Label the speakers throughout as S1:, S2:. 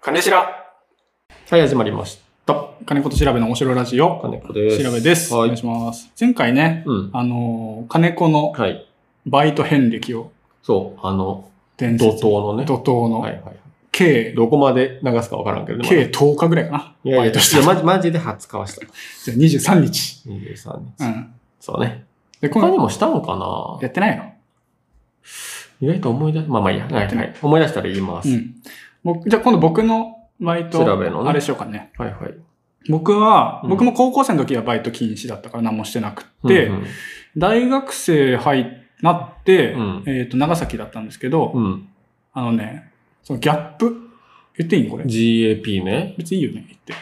S1: 金しら
S2: はい、始まりました。
S1: 金子と調べの面白いラジオ、
S2: 金子です。
S1: 調べです。お
S2: は
S1: 願い
S2: い。
S1: します。前回ね、
S2: うん。
S1: あのー、金子の
S2: はい。
S1: バイト遍歴を
S2: そう、あの、
S1: 伝
S2: 怒
S1: 説。
S2: 涛のね。
S1: 怒涛
S2: はい
S1: の、
S2: はい。
S1: 計、
S2: どこまで流すかわからんけどね。まだ
S1: 計10日ぐらいかな。
S2: いや
S1: バ
S2: いや、
S1: イ
S2: い
S1: トした
S2: やマジマジで20日はした。
S1: じゃあ23日。
S2: 23日。
S1: うん。
S2: そうね。
S1: で、
S2: 他
S1: 今
S2: に
S1: 度、
S2: もしたのかな
S1: やってないの
S2: 意外と思い出、まあまあいいや。はい
S1: てな
S2: はいい。思い出したら言います。
S1: うん。僕、じゃあ今度僕のバイト、
S2: 調べのね
S1: あれしようかね。
S2: はいはい。
S1: 僕は、
S2: うん
S1: 僕も高校生の時はバイト禁止だったから何もしてなくって、
S2: うん
S1: 大学生入っなって、
S2: うん
S1: えっ、と、長崎だったんですけど、
S2: うん、うん。
S1: あのね、そのギャップ、言っていいのこれ。
S2: GAP ね。
S1: 別にいいよね、言って。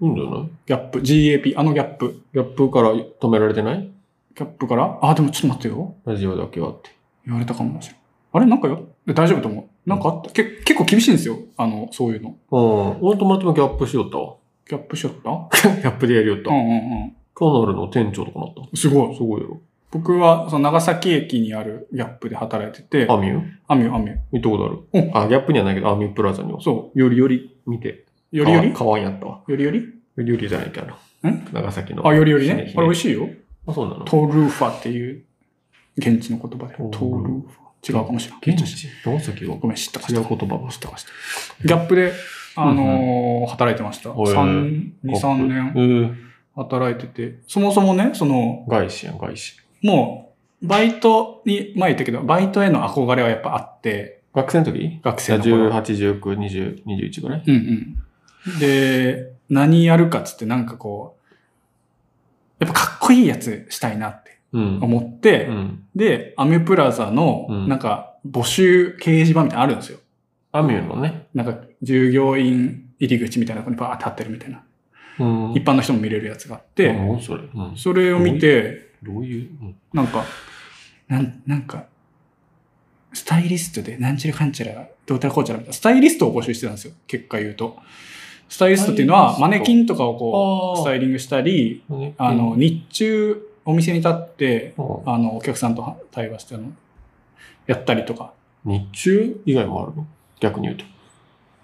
S2: いいんじゃない
S1: ギャップ、GAP、あのギャップ。
S2: ギャップから止められてない
S1: ギャップから、あ、でもちょっと待ってよ。
S2: ラジオだけはって。
S1: 言われたかもしれない。あれなんかよ、大丈夫と思う。なんかあった、け結構厳しいんですよ。あの、そういうの。
S2: うん。俺友達もギャップしよったわ。
S1: ギャップしよっ
S2: ギャップでやりよった
S1: たうんうん
S2: カナルの店長とかなった。
S1: うん。すごい。
S2: すごいよ。
S1: 僕は、その長崎駅にあるギャップで働いてて、
S2: アミュー
S1: アミュアミュ。
S2: 見たことある。
S1: うん
S2: あ、ギャップにはないけど、アミュプラザには。
S1: そう。
S2: よりより見て。
S1: よりより
S2: かわかわいいやったわ。
S1: よりより
S2: よりよりじゃないけど。
S1: ん
S2: 長崎の。
S1: あ、よりより
S2: ひね
S1: ね。
S2: ひね
S1: あれ美味しいよ。
S2: あ、そうなの。
S1: トルーファっていう、現地の言葉で。ト
S2: おー
S1: ルーファ。違うかもしれない。
S2: 現地長崎は
S1: ごめん、知ったか
S2: 違
S1: 知っ
S2: う
S1: たか。
S2: 言葉をしてました。
S1: ギャップで、あのー働いてました。
S2: へー
S1: 三2、3年
S2: えー、
S1: 働いてて、そもそもね、その、
S2: 外資やん、外資。
S1: もう、バイトに、前言ったけど、バイトへの憧れはやっぱあって、
S2: 学生の時
S1: 学生の頃。
S2: 18、19、20、21ぐらい
S1: うんうん。で、何やるかっつってなんかこう、やっぱかっこいいやつしたいなって
S2: うん。
S1: 思って、
S2: うん。
S1: で、アメプラザの
S2: う、ん
S1: なんか、募集掲示板みたいなのあるんですよ。
S2: アミューのね。
S1: なんか、従業員入り口みたいなとこにバーって立ってるみたいな。
S2: うん
S1: 一般の人も見れるやつがあって、
S2: うん、それ。うん。
S1: それを見て、
S2: どういう、うん
S1: なんか、なん、なんか、スタイリストで、なんちゃらかんちゃら、どうたらこうちゃらみたいな、スタイリストを募集してたんですよ、結果言うと。スタイリストっていうの
S2: ス
S1: は、
S2: タイリスト
S1: マネキンとかをこう、スタ
S2: イ
S1: イリングしたり、
S2: ル
S1: あの、、日中、お店に立って、
S2: うん
S1: あの、お客さんと対話して、あの、やったりとか。
S2: 日中以外もあるの逆に言う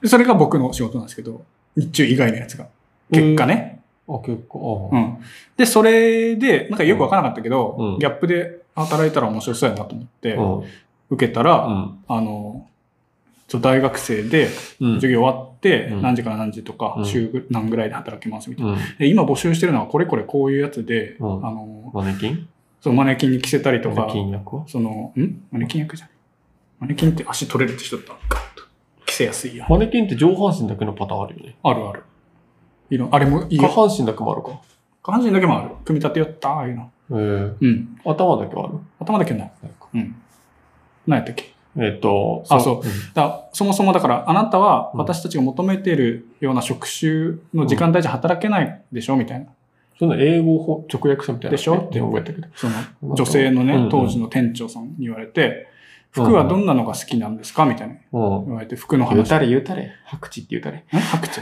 S2: と。
S1: それが僕の仕事なんですけど、日中以外のやつが。結果ね。
S2: あ、結構、
S1: う
S2: あ、
S1: ん。で、それで、なんかよくわからなかったけど、
S2: うん
S1: ギャップで働いたら面白そうやなと思って、
S2: うん。うん。
S1: 受けたら、
S2: うん
S1: あの、そう大学生で
S2: うん。
S1: 授業終わって、
S2: うん
S1: 何時から何時とか
S2: う、ん
S1: 週ぐ何ぐらいで働きますみたいな。
S2: うん。
S1: で今募集してるのはこれこれこういうやつで、
S2: うん
S1: あの、
S2: マネキン
S1: そのマネキンに着せたりと
S2: マ
S1: か
S2: ネ、キン役は
S1: その、んマネキン役じゃない。マネキンって足取れるって人だったガッと着せやすいやん。
S2: マネキンって上半身だけのパターンあるよね。
S1: あるある。いろあれもいい
S2: 下
S1: よ。
S2: 半身だけもあるか。
S1: 下半身だけもある。組み立てよった、ああいうの。
S2: えー、
S1: うん。
S2: 頭だけはある
S1: 頭だけない。
S2: なんか
S1: うん。何やったっけ
S2: えっ、と、。
S1: あそう
S2: ん
S1: だそもそもだから、あなたは
S2: うん
S1: 私たちが求めているような職種の時間帯じゃ働けないでしょみたいな。
S2: その英語を直訳したみたいな。
S1: でしょ
S2: って覚えたけど。
S1: その女性の
S2: う
S1: ね
S2: ん、
S1: 当時の店長さんに言われて、服はどんなのが好きなんですかみたいな
S2: うん。
S1: 言われて、服の
S2: 言う
S1: 話。
S2: たれ言うたれ。白地って言うたれ。
S1: ん白痴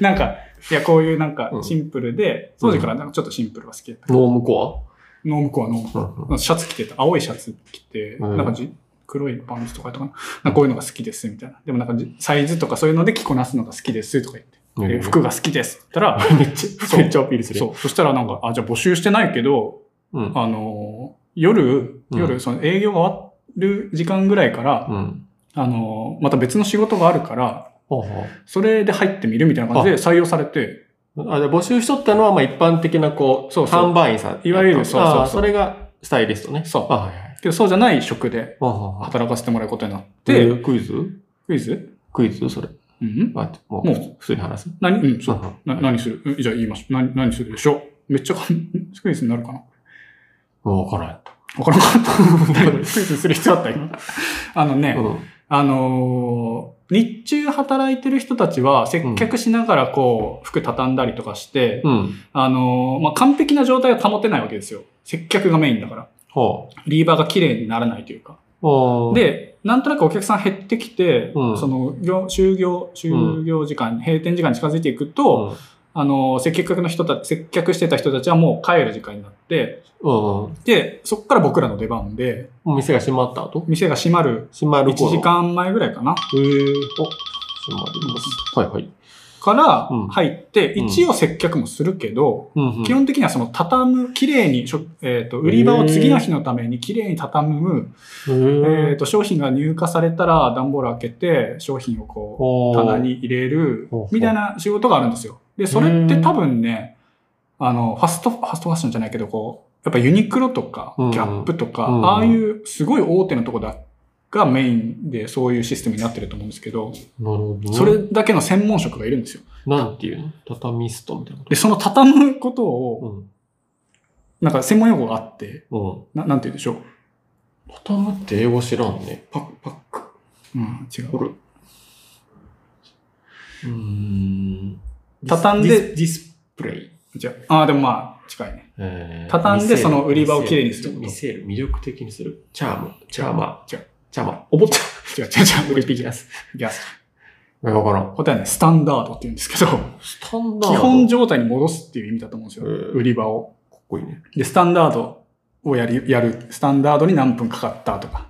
S1: なん か、いや、こういうなんか
S2: うん
S1: シンプルで、当時からなんかちょっとシンプルが好きだった。
S2: ノームコ
S1: ノームコはノーム
S2: ア、
S1: コア。シャツ着てた。青いシャツ着て、
S2: うん
S1: なんかじ黒いパンツとかとかな、なんかこういうのが好きです、みたいな。でもなんかじサイズとかそういうので着こなすのが好きです、とか言って。
S2: うん
S1: で服が 好きですって言ったら、
S2: めっち
S1: そ
S2: ゃ、
S1: う
S2: めっちゃアピールする。
S1: そう。そしたらなんか、あ、じゃあ募集してないけど、
S2: うん。
S1: あのー夜、
S2: うん
S1: 夜、その営業が終わる時間ぐらいから、
S2: うん。
S1: あのーまた別の仕事があるから、
S2: ほうほう
S1: それで入ってみるみたいな感じで採用されて、
S2: あ、じゃあ募集しとったのは、まあ一般的な、こう、
S1: そうそう
S2: 販売員さん。
S1: いわゆるそうそうそう
S2: あそれがスタイリストね。
S1: そう
S2: あ、はいはい。
S1: けどそうじゃない職で
S2: ほうほうほう
S1: 働かせてもらうことになっ
S2: で、
S1: て、
S2: クイズ
S1: クイズ
S2: クイズそれ。
S1: うん
S2: あもう
S1: も
S2: 普通に話す。
S1: 何うん、そう。
S2: う
S1: な何するうんじゃあ言いましょう。何、何するでしょうめっちゃかん、 クイズになるかな
S2: わからんやっ
S1: わからなか った。 何クイズする必要あった今。あのね、
S2: た。うん。
S1: あのー日中働いてる人たちは接客しながらこう、服畳んだりとかして、
S2: うん。
S1: あのーまあ、完璧な状態を保てないわけですよ。接客がメインだから。
S2: ほう。
S1: リーバーが綺麗にならないというか。
S2: あー、
S1: で、なんとなくお客さん減ってきて、
S2: うん
S1: その、業就業、就業時間、閉店時間に近づいていく
S2: う
S1: と、
S2: ん
S1: あのー接客の人たち、接客してた人たちはもう帰る時間になって、
S2: うん。
S1: で、そこから僕らの出番で、
S2: お店が閉まった後
S1: 店が閉まる
S2: 閉まる
S1: 1
S2: 頃
S1: 時。間前ぐらいか
S2: へ
S1: な。
S2: え。お、決まります。はいはい。
S1: から
S2: うん
S1: 入って、
S2: うん
S1: 一応接客もするけど、
S2: うんうん
S1: 基本的にはその畳む、綺麗にしょ、えっ、と、売り場を次の日のために綺麗に畳む、えっ、
S2: え
S1: と、商品が入荷されたら段ボール開けて、商品をこう、
S2: と
S1: 棚。に入れる
S2: ほうほう
S1: みたいな仕事があるんですよ。で、それって多分ね、あの、ファスト、ファストファッションじゃないけど、こう、やっぱユニクロとか、ギ
S2: うん
S1: ャップとか、
S2: うん
S1: ああいうすごい大手のとこだがメインでそういうシステムになってると思うんですけど、
S2: なるほどね。
S1: それだけの専門職がいるんですよ。
S2: なんていうの畳ストみたいなこ
S1: で、その畳むこと
S2: と。
S1: を、
S2: うん。
S1: なんか専門用語があって、
S2: うん。
S1: ななんて言うんでしょう。
S2: 畳むって英語知らんね。
S1: パック、パック。うん、違
S2: こ
S1: う。
S2: れ。うーん。
S1: 畳んで
S2: ディスディスプレイ。
S1: じゃあ、あーでもまあ、近いね。
S2: えー
S1: 畳んでその売り場をきれいにすること
S2: 見せる。魅力的にする。チャーム。チャーマー。
S1: チャー
S2: チャーマー。おぼっちゃ
S1: 違う違う 違う、オリンピック
S2: い
S1: で
S2: や
S1: す。いや、
S2: わからん。
S1: 答えはね、スタンダードって言うんですけど、
S2: スタンダード。
S1: 基本状態に戻すっていう意味だと思うんですよ。
S2: へー
S1: 売り場を。
S2: かっこいいね。
S1: で、スタンダードをやり、やる。スタンダードに何分かかったとか。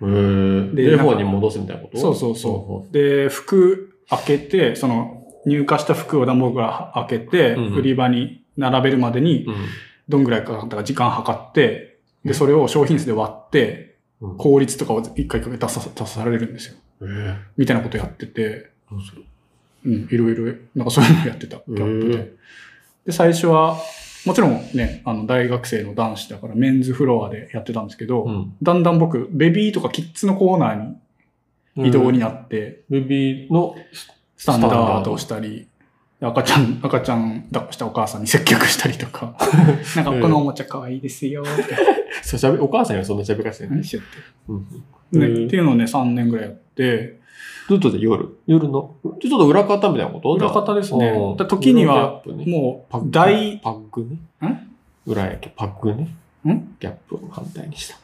S2: へー
S1: で
S2: で、
S1: なんか
S2: 方に戻すみたいなこと
S1: そうそう
S2: そ
S1: そう。で、服開けて、その、入荷した服を段ボールから開けて、
S2: うん
S1: 売り場に並べるまでに
S2: う。、うん。
S1: どんぐらいかかったか時間計って、
S2: う
S1: で、
S2: ん
S1: それを商品数で割って、
S2: うん
S1: 効率とかを一回一回出さ、出されるんですよ。
S2: えー、
S1: みたいなことやってて、
S2: どうする
S1: うん、いろいろ、なんかそういうのやってた、ギャップで。で、最初は、もちろんね、あの、大学生の男子だから、メンズフロアでやってたんですけど、
S2: うん
S1: だんだん僕、ベビーとかキッズのコーナーに移動に。なって、
S2: ベビーの、
S1: スタンダードをしたり、赤ちゃん、赤ちゃん抱っこしたお母さんに接客したりとか、 なんか、
S2: うん
S1: このおもちゃ可愛いですよ、って
S2: そうしゃべお母さんにはそんな喋らせてない。
S1: 何しよう
S2: うん
S1: って、ね
S2: うん
S1: っていうのをね、3年ぐらいやって、
S2: ずっとで夜夜の、ちょっと裏方みたいなこと
S1: 裏方ですね
S2: うん
S1: だ時には
S2: 裏ギャップね
S1: も
S2: パッ
S1: う、
S2: ク
S1: 大、
S2: パッグね。
S1: ん
S2: 裏やけ、パッグね。
S1: ん
S2: ギャップを反対にした。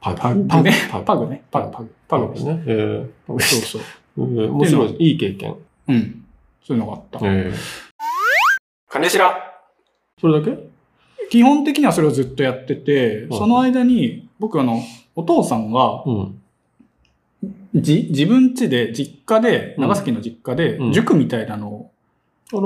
S2: パ
S1: パグね、
S2: パグ
S1: パグね、パグ、パグ、パグで
S2: ですす
S1: ね。
S2: ね。えーパグで
S1: そう
S2: した
S1: そう。
S2: うん面白い、いい経験。
S1: うん。そういうのがあった。
S2: え
S1: 金白
S2: それだけ
S1: 基本的にはそれをずっとやってて、
S2: うん
S1: その間に僕あのお父さんが
S2: うん。
S1: じ自分家で実家で長崎の実家で
S2: うん
S1: 塾みたいなのを
S2: あ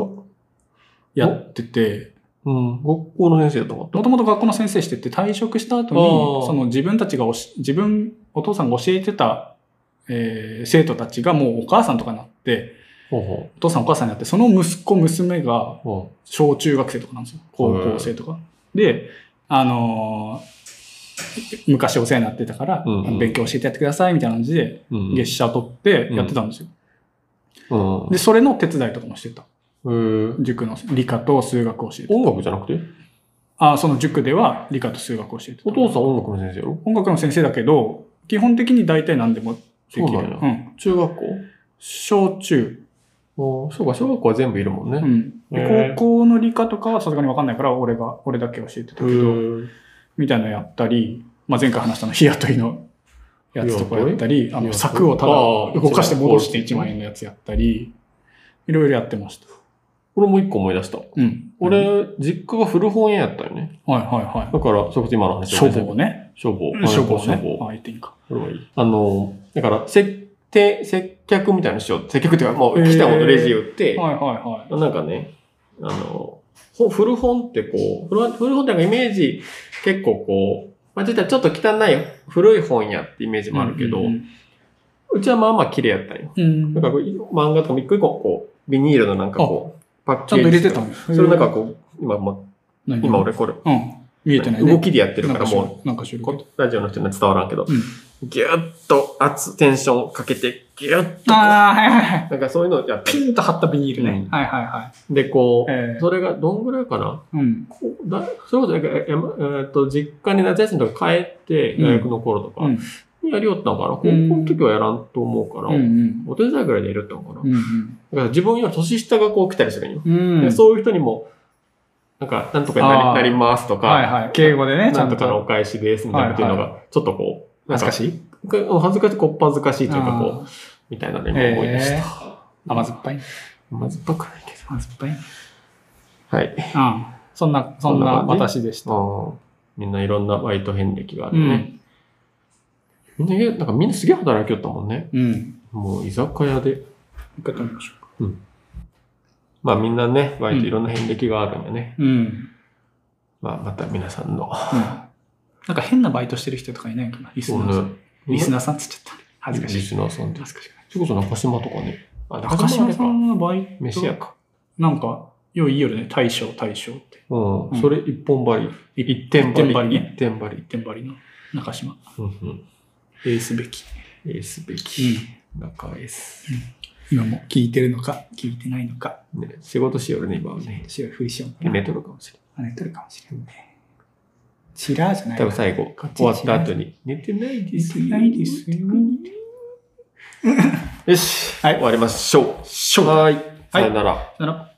S2: ら、
S1: やってて
S2: うん、学校の先生だと思った。
S1: もともと学校の先生してて退職した後
S2: あ
S1: に
S2: あ
S1: その自分たちがおし自分お父さんが教えてた、えー生徒たちがもうお母さんとかになって
S2: ほうほ
S1: お父さんお母さんになってその息子娘が
S2: う。ほ
S1: 小中学生とかなんですよ高校生とか。で、あのー昔お世話になってたから、
S2: うんうん
S1: 勉強教えてやってくださいみたいな感じで、
S2: う。うん。
S1: 月謝取ってやってたんですよ、
S2: うん。
S1: で、それの手伝いとかもしてた。
S2: えー
S1: 塾の理科と数学を教えて
S2: 音楽じゃなくて
S1: あその塾では理科と数学を教えてた。
S2: お父さん音楽の先生やろ
S1: 音楽の先生だけど、基本的に大体何でもできる。
S2: そうなんや
S1: ん
S2: 中学
S1: 小中、
S2: 校ああ、そうか、小学校は全部いるもんね。
S1: うんで
S2: へえ
S1: 高校の理科とかはさすがに分かんないから、俺が、俺だけ教えてたけど、
S2: うん。
S1: みたいなのやったり、まあ、前回話したの日雇いのやつとかやったり、あ
S2: 雇い
S1: の柵をただ
S2: ああ
S1: 動かして戻して
S2: そう
S1: 1万円のやつやったり、いろいろやってました。
S2: これも一個思い出した。
S1: うん。はい
S2: 俺、実家が古本屋やったよね。
S1: はいは
S2: だから、それこそ今の
S1: い。
S2: 話
S1: 処方ね。
S2: 消防。
S1: 処方
S2: 消
S1: ね
S2: 防。。
S1: ああ、言っていいか。
S2: これはいい。あの、だから、接、て接客みたいなのしよう。接客っていうか、もう
S1: へー
S2: 来たものレジ売って、
S1: はいは
S2: なんかね、あの、ほ古本ってこう、古本古本ってなんかイメージ結構こう、まあ実はちょっと汚い古い本屋ってイメージ
S1: いは
S2: もあ
S1: い。
S2: るけど、う
S1: うん
S2: ちはまあまあ綺麗やったんよ。
S1: うんうん。
S2: だからこう漫画とかも一個一個こう、ビニールのなんかこう、パッケ
S1: ちゃんと
S2: ー
S1: 入
S2: ジ
S1: れ
S2: と
S1: て
S2: か
S1: たん
S2: それなんかこう、今、ま、今。俺これ、
S1: 何うん。見えてないね。
S2: 動きでやってるからもう、
S1: う。なんか種類。
S2: こラジオの人には伝わらんけど、
S1: うん
S2: ギュッと圧、テンションかけて、ギュッとこ
S1: ああ、はいはいは
S2: う、
S1: い。
S2: なんかそういうのやって
S1: ピンと張ったビニール
S2: う
S1: ね
S2: ん。
S1: はいはいは
S2: で、こう、
S1: ええ。
S2: それがどんぐらいかない
S1: うん。
S2: こうだそれこそ、なんかええまえーっと、実家に夏休みとか帰って、
S1: うん
S2: 大学の頃とか
S1: う、ん。
S2: やりよったのかな、高校
S1: うん
S2: の時はやらんと思うから、
S1: うんうん。
S2: お手伝いぐらいでやりよったのかな、
S1: う
S2: だ
S1: ん
S2: から自分より年下がこう来たりするんよ、
S1: うん。う
S2: で
S1: ん。
S2: そういう人にも、なんか、なんとかになり
S1: あー
S2: なりますとか、
S1: はいはい。敬語でね、ち
S2: な
S1: ゃ
S2: ん
S1: ん
S2: と
S1: と。
S2: かのお返しですみたいなっていうの
S1: は
S2: が、ちょっとこう、なん
S1: 恥ず
S2: か
S1: かしい
S2: 恥ずかしい、こっぱずかしいというか、こう、
S1: あー
S2: みたいなの今思い出した。
S1: へー甘酸っぱいね
S2: まずっぱくないけど。
S1: 甘酸っぱいね
S2: はい。
S1: うん。そんな、そんな私でした。
S2: あみんないろんなバイト遍歴があ
S1: う
S2: るね。
S1: ん。
S2: みんな、なんかみんなすげえ働きよったもんね。
S1: うん。
S2: もう居酒屋で。
S1: 一回止めましょうか。
S2: まあみんなね、割といろんな遍歴があるんでね。
S1: うん。
S2: まあまた皆さんの。
S1: なんか変なバイトしてる人とかいないかなリスナーさん。リス
S2: ー。
S1: ナーさんっつっちゃった。恥ずかし
S2: リ
S1: い。
S2: スナーさんって。
S1: 恥ずかしい。
S2: それこそ中島とかね。あ、
S1: 中島さ
S2: あれか。
S1: んはバイト。
S2: 飯屋か。
S1: なんか、よいいいよね。大将、大将って。
S2: うん。
S1: うん
S2: それ一本張り。一点
S1: 一点張
S2: 張
S1: り
S2: り。
S1: ね
S2: 一点張り。
S1: テンバリの中島。
S2: うんうん。
S1: エースべき。
S2: エースべ
S1: う
S2: き。
S1: ん。
S2: 中エース。
S1: 今も聞いてるのか、聞いてないのか。
S2: ね、仕事しよるね、今はね。
S1: 白いふりしようかな。
S2: 寝とるかもしれ
S1: 跳ねてるかもしれんね。チラーじゃな
S2: ないい。多分最後、終わった後に。寝てないです
S1: 寝てないですよ
S2: よし。
S1: はい
S2: 終わりましょう。
S1: しょう
S2: はーい。
S1: は
S2: さ
S1: い
S2: よなら。
S1: さよなら